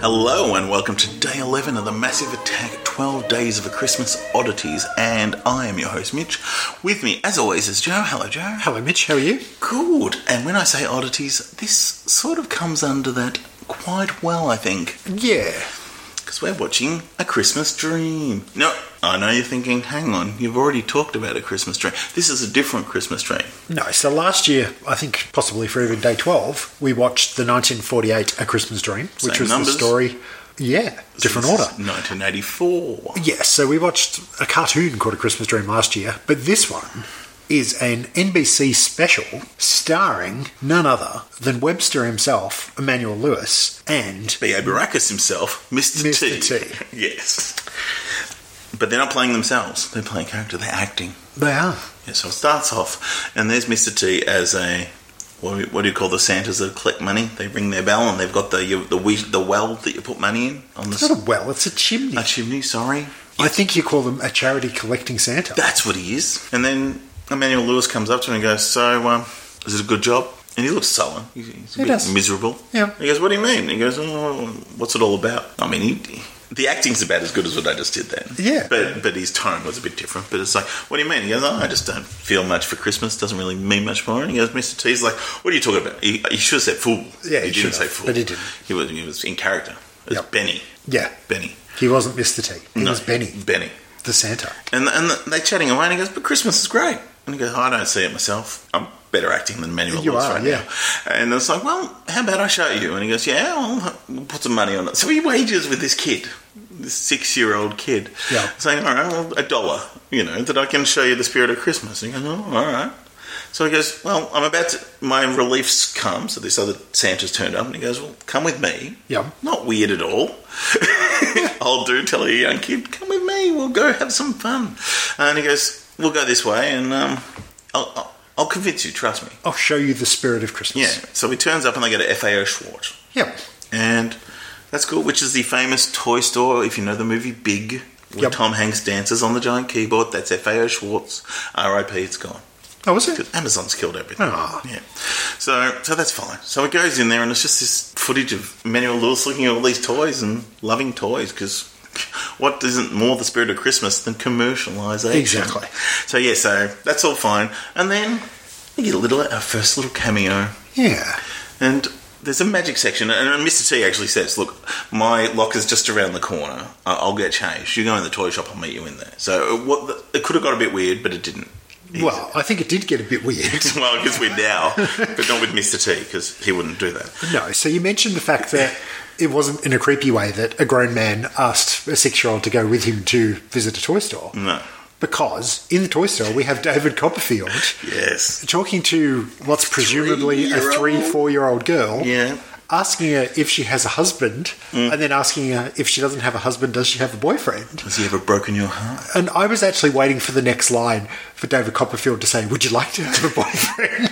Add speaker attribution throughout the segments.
Speaker 1: Hello and welcome to day 11 of the Massive Attack 12 Days of the Christmas Oddities, and I am your host Mitch. With me, as always, is Joe. Hello, Joe.
Speaker 2: Hello, Mitch. How are you?
Speaker 1: Good. And when I say oddities, this sort of comes under that quite well, I think,
Speaker 2: Yeah.
Speaker 1: because we're watching A Christmas Dream. No, I know you're thinking, hang on, you've already talked about A Christmas Dream. This is a different Christmas Dream.
Speaker 2: No, so last year, I think possibly for even day 12, we watched the 1948 A Christmas Dream, which
Speaker 1: Same
Speaker 2: was
Speaker 1: numbers.
Speaker 2: the story. Yeah, different
Speaker 1: This is
Speaker 2: order.
Speaker 1: 1984.
Speaker 2: Yes, so we watched a cartoon called A Christmas Dream last year, but this one is an NBC special starring none other than Webster himself, Emmanuel Lewis, and
Speaker 1: B.A. Baracus himself, Mr.
Speaker 2: Mr.
Speaker 1: T. yes. But they're not playing themselves, they're playing character, they're acting.
Speaker 2: they are.
Speaker 1: Yeah, so it starts off, and there's Mr. T as a. What do, you, what do you call the Santas that collect money? They ring their bell and they've got the you, the we, the well that you put money in on the
Speaker 2: It's not
Speaker 1: s-
Speaker 2: a well, it's a chimney.
Speaker 1: a chimney. Sorry,
Speaker 2: I think you call them a charity collecting Santa.
Speaker 1: that's what he is. And then Emmanuel Lewis comes up to him and goes, "So, um, is it a good job?" And he looks sullen. He's, he's a
Speaker 2: He
Speaker 1: bit
Speaker 2: does.
Speaker 1: miserable.
Speaker 2: Yeah.
Speaker 1: He goes, "What do you mean?" He goes, "Oh, what's it all about?" I mean, he, the acting's about as good as what I just did then.
Speaker 2: Yeah.
Speaker 1: But but his tone was a bit different. But it's like, "What do you mean?" He goes, "Oh, I just don't feel much for Christmas. Doesn't really mean much for me." And he goes, "Mr. T's like, what are you talking about?" He, he should have said fool.
Speaker 2: Yeah,
Speaker 1: he,
Speaker 2: he should
Speaker 1: didn't say
Speaker 2: have,
Speaker 1: fool,
Speaker 2: but he didn't.
Speaker 1: He was he was in character. It's
Speaker 2: Yep.
Speaker 1: Benny.
Speaker 2: Yeah,
Speaker 1: Benny.
Speaker 2: he wasn't Mr. T. He
Speaker 1: No,
Speaker 2: was Benny,
Speaker 1: Benny.
Speaker 2: the Santa.
Speaker 1: And, and they're chatting away, and he goes, "But Christmas is great." And he goes, "I don't see it myself. I'm better acting than Manuel
Speaker 2: You
Speaker 1: Lewis
Speaker 2: are,
Speaker 1: right
Speaker 2: yeah.
Speaker 1: now." And it's like, "Well, how about I show you?" And he goes, "Yeah, well, we'll put some money on it." So he wagers with this kid, this six-year-old kid,
Speaker 2: Yeah.
Speaker 1: saying, "All right, well, a dollar, you know, that I can show you the spirit of Christmas." And he goes, "Oh, all right." So he goes, "Well, I'm about to." My relief's come, so this other Santa's turned up, and he goes, "Well, come with me."
Speaker 2: Yeah.
Speaker 1: Not weird at all. I'll do tell a young kid, come with me, we'll go have some fun. And he goes, we'll go this way and um, I'll, I'll, I'll convince you, trust me.
Speaker 2: I'll show you the spirit of Christmas.
Speaker 1: Yeah. So he turns up and they go to FAO Schwartz.
Speaker 2: Yep.
Speaker 1: And that's cool, which is the famous toy store, if you know the movie Big, where
Speaker 2: Yep.
Speaker 1: Tom Hanks dances on the giant keyboard. That's FAO Schwartz. RIP, it's gone.
Speaker 2: Oh, was it?
Speaker 1: Because Amazon's killed everything.
Speaker 2: Ah.
Speaker 1: Yeah. So so that's fine. So it goes in there and it's just this footage of Manuel Lewis looking at all these toys and loving toys because what isn't more the spirit of Christmas than commercialisation?
Speaker 2: Exactly.
Speaker 1: So yeah, so that's all fine. And then we get a little our first little cameo
Speaker 2: Yeah.
Speaker 1: and there's a magic section, and Mr. T actually says, "Look, my locker's just around the corner. I- I'll get changed. You go in the toy shop. I'll meet you in there." So it- what the, it could have got a bit weird, but it didn't. He's-
Speaker 2: Well, I think it did get a bit weird.
Speaker 1: well, I guess we're now, but not with Mr. T because he wouldn't do that.
Speaker 2: no, so you mentioned the fact that it wasn't in a creepy way that a grown man asked a six year old to go with him to visit a toy store.
Speaker 1: No.
Speaker 2: Because in the toy store, we have David Copperfield
Speaker 1: Yes.
Speaker 2: talking to what's presumably a
Speaker 1: Three-year-old?
Speaker 2: three, four year old girl.
Speaker 1: Yeah. Mm.
Speaker 2: Asking her if she has a husband, and then asking her if she doesn't have a husband, does she have a boyfriend?
Speaker 1: Has he ever broken your heart?
Speaker 2: And I was actually waiting for the next line for David Copperfield to say, Would you like to have a boyfriend?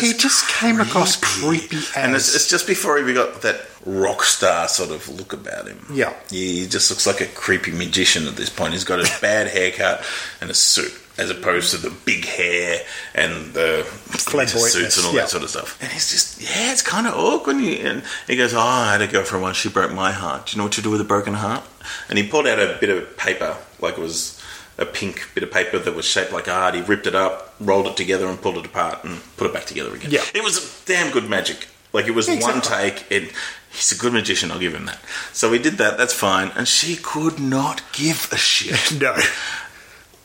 Speaker 2: he just came across creepy as.
Speaker 1: And it's, it's just before we got that rock star sort of look about him.
Speaker 2: Yeah.
Speaker 1: He he just looks like a creepy magician at this point. He's got a bad haircut and a suit, as opposed to the big hair and the
Speaker 2: Flamboyantness,
Speaker 1: suits and all
Speaker 2: yeah.
Speaker 1: that sort of stuff. And he's just, yeah, it's kind of awkward. And he- And he goes, Oh, I had a girlfriend once, she broke my heart. Do you know what you do with a broken heart? And he pulled out a bit of paper, like it was a pink bit of paper that was shaped like a heart. He ripped it up, rolled it together, and pulled it apart and put it back together again.
Speaker 2: Yeah.
Speaker 1: It was damn good magic. Like it was
Speaker 2: Yeah,
Speaker 1: one
Speaker 2: exactly.
Speaker 1: take, and he's a good magician. I'll give him that. So we did that. That's fine. And she could not give a shit.
Speaker 2: no.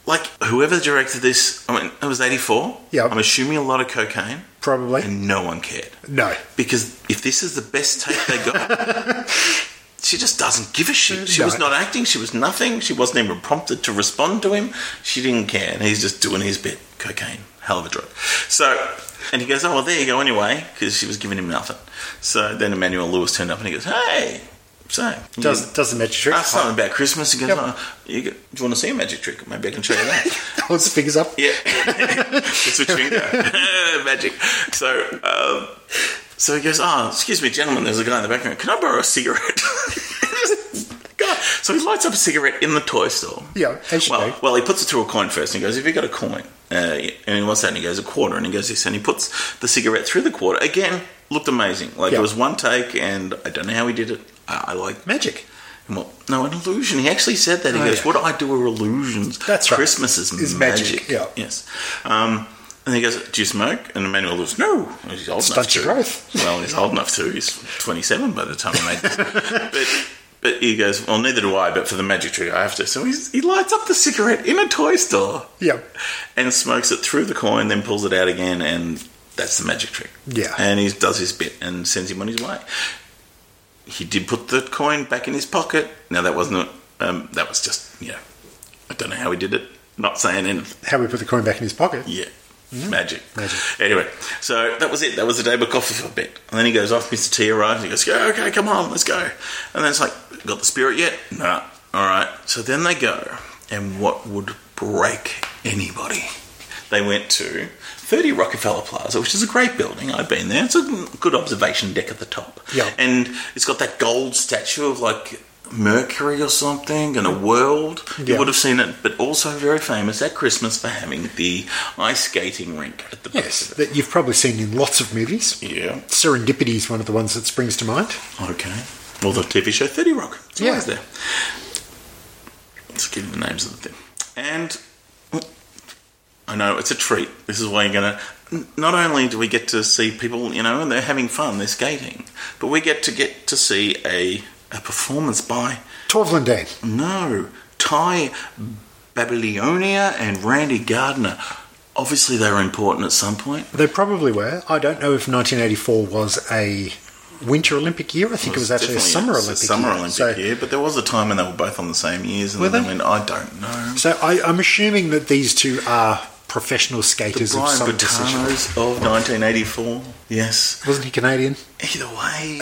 Speaker 1: like whoever directed this, I mean, it was '84.
Speaker 2: Yeah.
Speaker 1: I'm assuming a lot of cocaine,
Speaker 2: Probably.
Speaker 1: and no one cared
Speaker 2: no.
Speaker 1: because if this is the best take they got. She just doesn't give a shit. She
Speaker 2: No.
Speaker 1: was not acting. She was nothing. She wasn't even prompted to respond to him. She didn't care. And he's just doing his bit. Cocaine. Hell of a drug. So, and he goes, Oh, well, there you go anyway, because she was giving him nothing. So then Emmanuel Lewis turned up and he goes, Hey, so. you
Speaker 2: Does, doesn't match your trick.
Speaker 1: Asked something about Christmas. He goes,
Speaker 2: Yep.
Speaker 1: oh, you go, Do you want to see a magic trick? Maybe I can show you that.
Speaker 2: Holds the fingers up.
Speaker 1: Yeah, it's a Twingo. Magic. So, um, so he goes, "Ah, excuse me, gentlemen. There's a guy in the background. Can I borrow a cigarette?" God. So he lights up a cigarette in the toy store.
Speaker 2: Yeah, as you
Speaker 1: Well,
Speaker 2: do.
Speaker 1: well, he puts it through a coin first, and he goes, "Have you got a coin?" Uh, and he wants that, and he goes, "A quarter," and he goes this, and he puts the cigarette through the quarter again. Looked amazing. Like
Speaker 2: Yeah.
Speaker 1: it was one take, and I don't know how he did it. I, I like
Speaker 2: Magic.
Speaker 1: And what- no, an illusion. He actually said that. He
Speaker 2: Oh,
Speaker 1: goes,
Speaker 2: yeah.
Speaker 1: "What I do are illusions.
Speaker 2: That's right.
Speaker 1: Christmas is,
Speaker 2: Is magic,
Speaker 1: magic.
Speaker 2: yeah.
Speaker 1: Yes." Um, and he goes, "Do you smoke?" And Emmanuel goes, "No." And He's old
Speaker 2: Stunts your
Speaker 1: enough to.
Speaker 2: growth.
Speaker 1: Well, he's old enough to. He's twenty-seven by the time I made this. but but he goes, "Well, neither do I. But for the magic trick, I have to." So he's, he lights up the cigarette in a toy store
Speaker 2: Yeah.
Speaker 1: and smokes it through the coin, then pulls it out again, and that's the magic trick.
Speaker 2: Yeah.
Speaker 1: And he does his bit and sends him on his way. He did put the coin back in his pocket. Now that wasn't. a- Um, that was just you know. I don't know how he did it. Not saying anything.
Speaker 2: How we put the coin back in his pocket.
Speaker 1: Yeah. Magic.
Speaker 2: Mm-hmm. Magic.
Speaker 1: Anyway, so that was it. That was the day but coffee for a bit. And then he goes off, Mr. T arrives, he goes, yeah, okay, come on, let's go. And then it's like, got the spirit yet? No. All right. So then they go. And what would break anybody? They went to 30 Rockefeller Plaza, which is a great building. I've been there. It's a good observation deck at the top.
Speaker 2: Yeah.
Speaker 1: And it's got that gold statue of like Mercury or something and a world.
Speaker 2: Yeah.
Speaker 1: You would have seen it, but also very famous at Christmas for having the ice skating rink at the
Speaker 2: Yes,
Speaker 1: base of it.
Speaker 2: that you've probably seen in lots of movies.
Speaker 1: Yeah.
Speaker 2: Serendipity is one of the ones that springs to mind.
Speaker 1: Okay. Well, the TV show 30 Rock. It's always
Speaker 2: Yeah.
Speaker 1: there. Let's give you the names of the thing. And I know it's a treat. This is why you're going to. Not only do we get to see people, you know, and they're having fun, they're skating, but we get to get to see a, a performance by
Speaker 2: Torvland Dane.
Speaker 1: No. Ty Babylonia and Randy Gardner. Obviously, they were important at some point.
Speaker 2: They probably were. I don't know if 1984 was a Winter Olympic year. I think it was, actually a
Speaker 1: definitely
Speaker 2: Summer
Speaker 1: it's a
Speaker 2: Olympic
Speaker 1: Summer
Speaker 2: year.
Speaker 1: Olympic
Speaker 2: so,
Speaker 1: year, but there was a time when they were both on the same years, and
Speaker 2: Were
Speaker 1: then
Speaker 2: they?
Speaker 1: they went, I don't know.
Speaker 2: So I, I'm assuming that these two are professional
Speaker 1: The
Speaker 2: skaters of
Speaker 1: Brian
Speaker 2: some decision.
Speaker 1: Botanos of 1984. Yes.
Speaker 2: Wasn't he Canadian?
Speaker 1: Either way.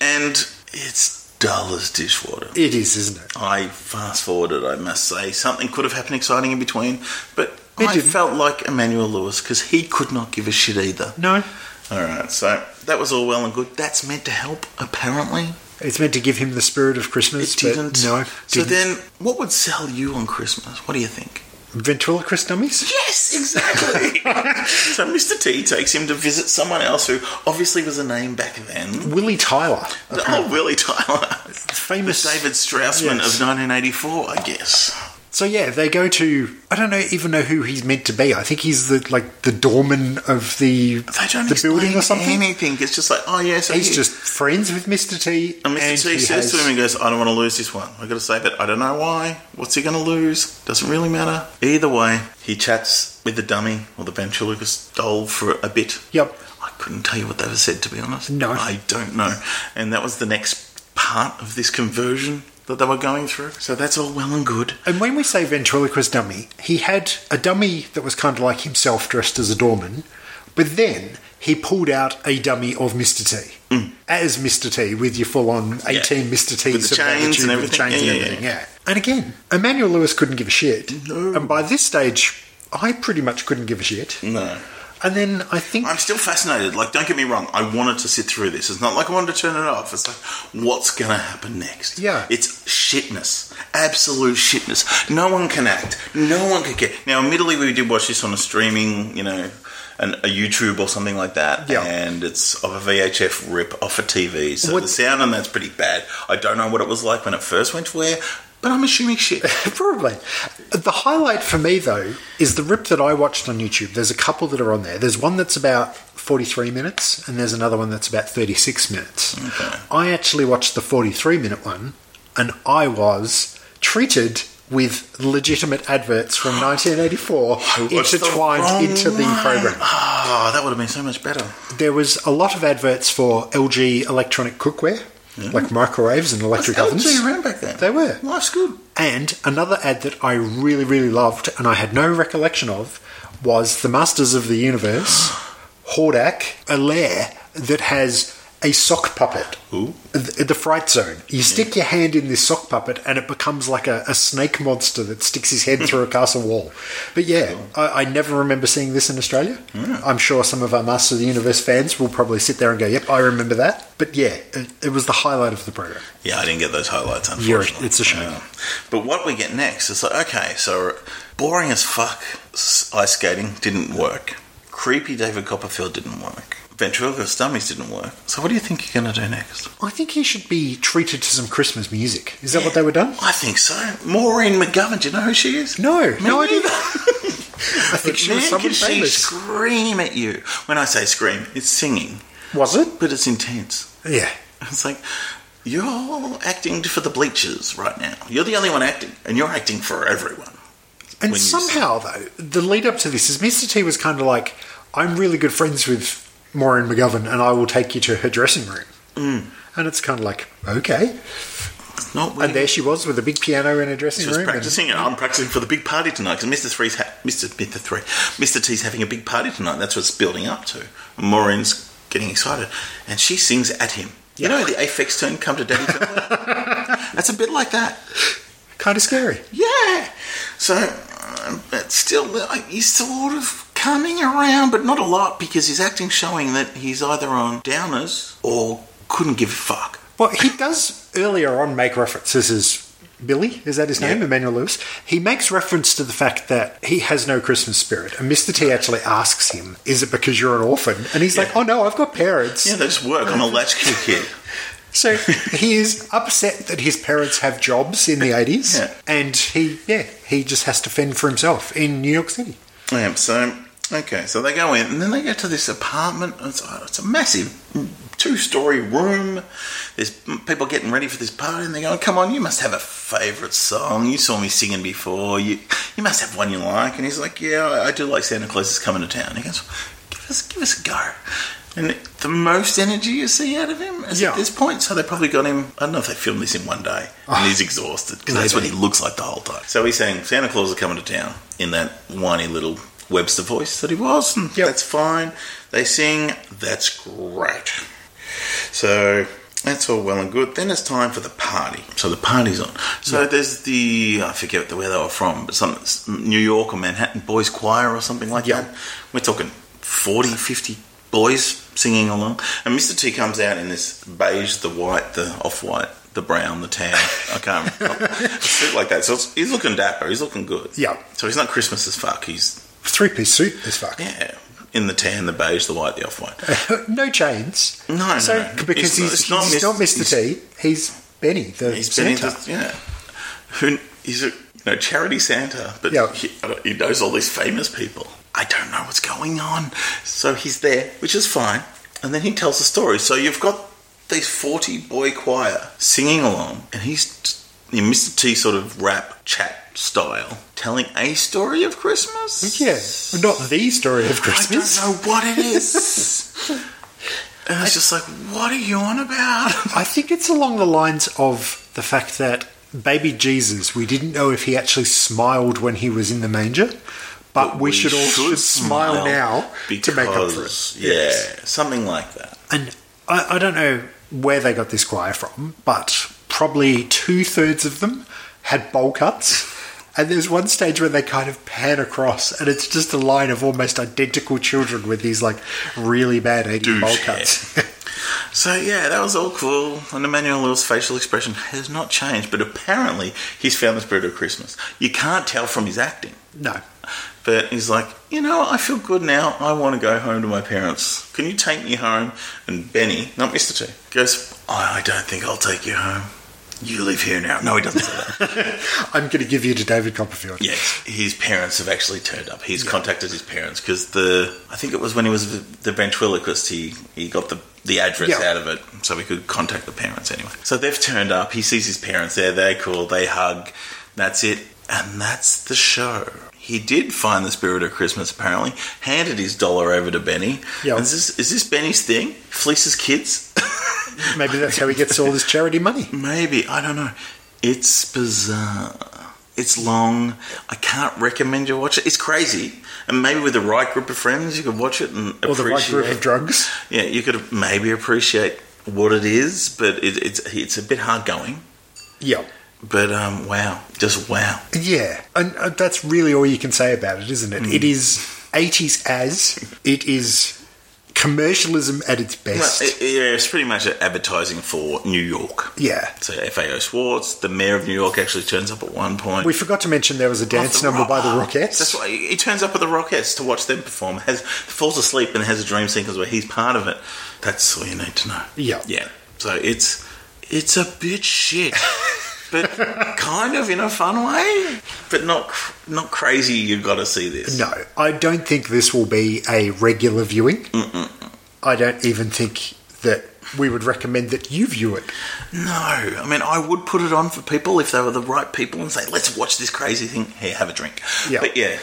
Speaker 1: and it's dull as dishwater.
Speaker 2: It is, isn't it?
Speaker 1: I fast forwarded, I must say. Something could have happened exciting in between, but
Speaker 2: It
Speaker 1: I
Speaker 2: didn't.
Speaker 1: felt like Emmanuel Lewis because he could not give a shit either.
Speaker 2: No.
Speaker 1: All right, so that was all well and good. That's meant to help, apparently.
Speaker 2: It's meant to give him the spirit of Christmas.
Speaker 1: It didn't.
Speaker 2: But no.
Speaker 1: So
Speaker 2: didn't.
Speaker 1: then, what would sell you on Christmas? What do you think?
Speaker 2: Ventriloquist dummies?
Speaker 1: Yes, exactly. so Mr. T takes him to visit someone else who obviously was a name back then.
Speaker 2: Willie Tyler.
Speaker 1: Oh, Willie Tyler.
Speaker 2: Famous.
Speaker 1: The David Straussman
Speaker 2: Yes.
Speaker 1: of 1984, I guess.
Speaker 2: So yeah, they go to I don't know even know who he's meant to be. I think he's the like the doorman of the
Speaker 1: They don't
Speaker 2: the building or
Speaker 1: explain
Speaker 2: something.
Speaker 1: anything. It's just like, oh, yeah, so
Speaker 2: He's
Speaker 1: he-
Speaker 2: just friends with Mr. T.
Speaker 1: And Mr.
Speaker 2: he
Speaker 1: T says to
Speaker 2: has-
Speaker 1: him and goes, I don't want to lose this one. i got to save it. I don't know why. What's he going to lose? Doesn't really matter. Either way, he chats with the dummy or the ventriloquist doll for a bit.
Speaker 2: Yep.
Speaker 1: I couldn't tell you what they were said, to be honest.
Speaker 2: No.
Speaker 1: I don't know. And that was the next part of this conversion that they were going through. So that's all well and good.
Speaker 2: And when we say ventriloquist dummy, he had a dummy that was kind of like himself dressed as a doorman, but then he pulled out a dummy of Mr. T as Mr. T with your full on 18 Mr.
Speaker 1: Mm. With
Speaker 2: T's
Speaker 1: the chains
Speaker 2: of magnitude,
Speaker 1: and
Speaker 2: with
Speaker 1: everything.
Speaker 2: the chains
Speaker 1: Yeah,
Speaker 2: and
Speaker 1: yeah,
Speaker 2: everything, yeah. And again, Emmanuel Lewis couldn't give a shit.
Speaker 1: No. Mm.
Speaker 2: And by this stage, I pretty much couldn't give a shit.
Speaker 1: No.
Speaker 2: And then I think
Speaker 1: I'm still fascinated. Like, don't get me wrong. I wanted to sit through this. It's not like I wanted to turn it off. It's like, what's going to happen next?
Speaker 2: Yeah.
Speaker 1: It's shitness. Absolute shitness. No one can act. No one can get. Now, admittedly, we did watch this on a streaming, you know, an, a YouTube or something like that.
Speaker 2: Yeah.
Speaker 1: And it's of a VHF rip off a TV. So
Speaker 2: What-
Speaker 1: the sound on that's pretty bad. I don't know what it was like when it first went to air, but I'm assuming shit.
Speaker 2: Probably. The highlight for me, though, is the rip that I watched on YouTube. There's a couple that are on there. There's one that's about 43 minutes, and there's another one that's about 36 minutes. I actually watched the 43 minute one, and I was treated with legitimate adverts from 1984
Speaker 1: Watched the wrong
Speaker 2: intertwined into the
Speaker 1: one.
Speaker 2: program.
Speaker 1: Ah, that would have been so much better.
Speaker 2: There was a lot of adverts for LG electronic cookware, like microwaves and electric ovens.
Speaker 1: LG around back then.
Speaker 2: They were.
Speaker 1: Life's good.
Speaker 2: And another ad that I really, really loved and I had no recollection of was The Masters of the Universe, Hordak, a lair that has a sock puppet.
Speaker 1: Ooh.
Speaker 2: The, the Fright Zone. You stick your hand in this sock puppet and it becomes like a, a snake monster that sticks his head through a castle wall. But yeah, I, I never remember seeing this in Australia. I'm sure some of our Master of the Universe fans will probably sit there and go, yep, I remember that. But yeah, it, it was the highlight of the program.
Speaker 1: Yeah, I didn't get those highlights,
Speaker 2: You're-
Speaker 1: unfortunately.
Speaker 2: it's a shame.
Speaker 1: Yeah. But what we get next is like, okay, so boring as fuck s- ice skating didn't work. Creepy David Copperfield didn't work. ventriloquist dummies didn't work. So what do you think you're going to do next?
Speaker 2: I think he should be treated to some Christmas music. Is that what they were done?
Speaker 1: I think so. Maureen McGovern, do you know who she is?
Speaker 2: No, no idea.
Speaker 1: neither.
Speaker 2: I think she was
Speaker 1: Man,
Speaker 2: someone
Speaker 1: can she
Speaker 2: famous.
Speaker 1: scream at you? When I say scream, it's singing,
Speaker 2: Was it?
Speaker 1: but it's intense.
Speaker 2: Yeah.
Speaker 1: It's like you're acting for the bleachers right now. You're the only one acting, and you're acting for everyone.
Speaker 2: And
Speaker 1: when you-
Speaker 2: somehow, though, the lead up to this is Mr. T was kind of like, I'm really good friends with Maureen McGovern and I will take you to her dressing room.
Speaker 1: Mm.
Speaker 2: And it's kind of like, okay.
Speaker 1: It's not
Speaker 2: And
Speaker 1: weird.
Speaker 2: there she was with a big piano in her dressing
Speaker 1: She was
Speaker 2: room. and-
Speaker 1: practicing, and I'm practicing for the big party tonight because Mr. Three's ha- Mr. Mr. Three, Mr. T's having a big party tonight. That's what it's building up to. And Maureen's getting excited, and she sings at him. You know the affix turn, come to daddy. Come back? That's a bit like that.
Speaker 2: kind of scary.
Speaker 1: Yeah. So, um, but still, uh, he's sort of coming around, but not a lot because his acting showing that he's either on downers or couldn't give a fuck.
Speaker 2: Well, he does earlier on make reference. This is Billy, is that his name?
Speaker 1: Yeah.
Speaker 2: Emmanuel Lewis. He makes reference to the fact that he has no Christmas spirit. And Mr. T actually asks him, Is it because you're an orphan? And he's like, Oh no, I've got parents.
Speaker 1: Yeah, they just work. I'm a latchkey kid.
Speaker 2: So he is upset that his parents have jobs in the 80s.
Speaker 1: Yeah.
Speaker 2: And he, yeah, he just has to fend for himself in New York City.
Speaker 1: I am. So, okay, so they go in, and then they go to this apartment. It's, uh, it's a massive two story room. There's people getting ready for this party, and they're going, Come on, you must have a favourite song. You saw me singing before. You you must have one you like. And he's like, Yeah, I, I do like Santa Claus is coming to town. He goes, Give us, give us a go. And the most energy you see out of him is
Speaker 2: Yeah.
Speaker 1: at this point. So they probably got him. I don't know if they filmed this in one day, and he's exhausted because that's what he
Speaker 2: Maybe.
Speaker 1: looks like the whole time. So he's saying Santa Claus is coming to town in that whiny little Webster voice that he was, and
Speaker 2: Yep.
Speaker 1: that's fine. They sing, that's great. So that's all well and good. Then it's time for the party. So the party's on. So there's the I forget where they were from, but some New York or Manhattan boys choir or something like
Speaker 2: Yeah.
Speaker 1: that. We're talking 40, 50 boys singing along, and Mr. T comes out in this beige, the white, the off-white. The brown, the tan, I can't remember. a suit like that. So it's, he's looking dapper, he's looking good.
Speaker 2: Yeah.
Speaker 1: So he's not Christmas as fuck, he's,
Speaker 2: Three piece suit as fuck.
Speaker 1: yeah, in the tan, the beige, the white, the off white.
Speaker 2: no chains.
Speaker 1: No, no,
Speaker 2: So,
Speaker 1: no. It's-
Speaker 2: because he's,
Speaker 1: it's not
Speaker 2: he's
Speaker 1: Mis-
Speaker 2: not Mr. T, he's Benny, the
Speaker 1: He's
Speaker 2: Santa.
Speaker 1: been into yeah. Who he's a you know, charity Santa, but
Speaker 2: Yeah.
Speaker 1: he, I don't- he knows all these famous people. I don't know what's going on, so he's there, which is fine. And then he tells the story. So you've got these forty boy choir singing along, and he's in Mr. T sort of rap chat style, telling a story of Christmas.
Speaker 2: Yeah, not the story of Christmas.
Speaker 1: I don't know what it is. and it's just like, what are you on about?
Speaker 2: I think it's along the lines of the fact that baby Jesus, we didn't know if he actually smiled when he was in the manger, but, we, should all should smile, now to make up for it.
Speaker 1: because- Yeah, something like that.
Speaker 2: And I, I don't know where they got this choir from, but probably two thirds of them had bowl cuts. And there's one stage where they kind of pan across, and it's just a line of almost identical children with these like really bad 80s bowl
Speaker 1: Douche
Speaker 2: cuts.
Speaker 1: So yeah, that was all cool. And Emmanuel Lewis' facial expression has not changed, but apparently he's found the spirit of Christmas. You can't tell from his acting,
Speaker 2: no.
Speaker 1: but he's like, you know, I feel good now. I want to go home to my parents. Can you take me home? And Benny, not Mister T, goes, I I don't think I'll take you home. You live here now. No, he doesn't say that.
Speaker 2: I'm going to give you to David Copperfield.
Speaker 1: Yes, his parents have actually turned up. He's contacted his parents because the I think it was when he was v- the ventriloquist. He he got the the address
Speaker 2: Yeah.
Speaker 1: out of it so he could contact the parents anyway. So they've turned up. He sees his parents there. They're cool. They hug. That's it, and that's the show. He did find the spirit of Christmas apparently. Handed his dollar over to Benny.
Speaker 2: Yeah.
Speaker 1: Is this is this Benny's thing? Fleeces kids?
Speaker 2: Maybe that's how he gets all his charity money.
Speaker 1: Maybe I don't know. It's bizarre. It's long. I can't recommend you watch it. It's crazy, and maybe with the right group of friends, you could watch it and
Speaker 2: Or the right
Speaker 1: appreciate.
Speaker 2: group of drugs.
Speaker 1: yeah, you could maybe appreciate what it is, but it, it's it's a bit hard going.
Speaker 2: Yeah.
Speaker 1: But um, wow, just wow.
Speaker 2: Yeah. And uh, that's
Speaker 1: Mm.
Speaker 2: really all you can say about it, isn't it? It is 80s as, it is commercialism at its best.
Speaker 1: Well, it- yeah, it's pretty much advertising for New York.
Speaker 2: yeah.
Speaker 1: So FAO Schwartz, the mayor of New York, actually turns up at one point.
Speaker 2: We forgot to mention there was a dance number by the Rockettes.
Speaker 1: That's why he turns up at the Rockettes to watch them perform. Has falls asleep and has a dream sequence where he's part of it. That's all you need to know.
Speaker 2: Yeah.
Speaker 1: Yeah. So it's it's a bit shit, but kind of in a fun way, but not cr- not crazy. You got to see this.
Speaker 2: No, I don't think this will be a regular viewing. I don't even think that we would recommend that you view it.
Speaker 1: No, I mean I would put it on for people if they were the right people and say, "Let's watch this crazy thing. Here, have a drink."
Speaker 2: Yeah.
Speaker 1: But yeah.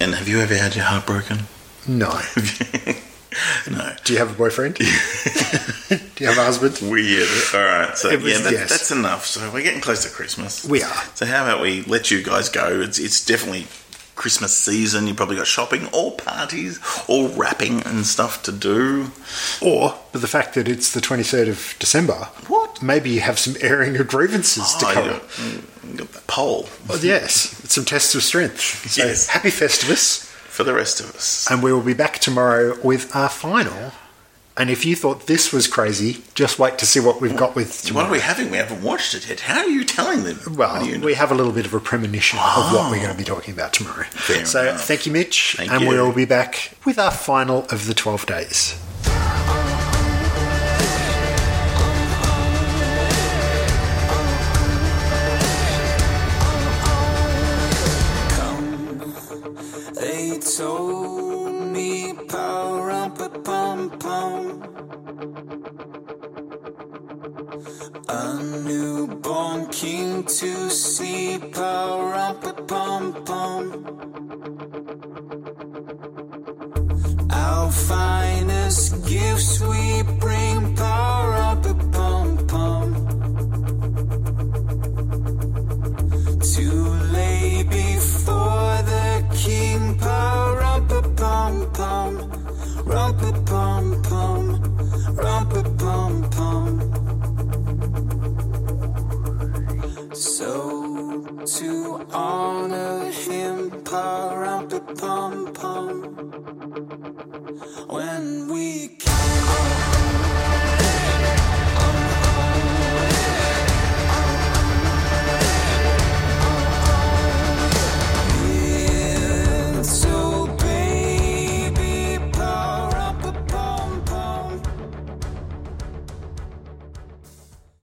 Speaker 1: And have you ever had your heart broken?
Speaker 2: No.
Speaker 1: no.
Speaker 2: Do you have a boyfriend? Do you have a husband?
Speaker 1: Weird. All right. So
Speaker 2: It was-
Speaker 1: yeah, that,
Speaker 2: yes.
Speaker 1: that's enough. So we're getting close to Christmas.
Speaker 2: We are.
Speaker 1: So how about we let you guys go? It's it's definitely Christmas season. You probably got shopping, or parties, or wrapping and stuff to do.
Speaker 2: Or, but the fact that it's the 23rd of December,
Speaker 1: What?
Speaker 2: maybe you have some airing of grievances to
Speaker 1: Oh,
Speaker 2: cover.
Speaker 1: you got- you got the poll
Speaker 2: Well, yes, it's some tests of strength. So
Speaker 1: Yes.
Speaker 2: happy Festivus,
Speaker 1: for the rest of us.
Speaker 2: and we will be back tomorrow with our final. And if you thought this was crazy, just wait to see what we've got with
Speaker 1: What are
Speaker 2: tomorrow.
Speaker 1: we having? We haven't watched it yet. How are you telling them? What
Speaker 2: Well,
Speaker 1: do you know?
Speaker 2: we have a little bit of a premonition of what we're going to be talking about tomorrow.
Speaker 1: Ah. Fair
Speaker 2: so
Speaker 1: enough.
Speaker 2: thank you, Mitch,
Speaker 1: Thank
Speaker 2: and
Speaker 1: you.
Speaker 2: we'll be back with our final of the 12 days.
Speaker 3: They told me power up a pom pom. A newborn king to see power up a pom pom. Our finest gifts we bring power up a pom pom. to lay before the king. Pa-rum-pa-pom-pom, rum-pa-pom-pom, rum-pa-pom-pom. So to honor him, pa-rum-pa-pom-pom, when we can.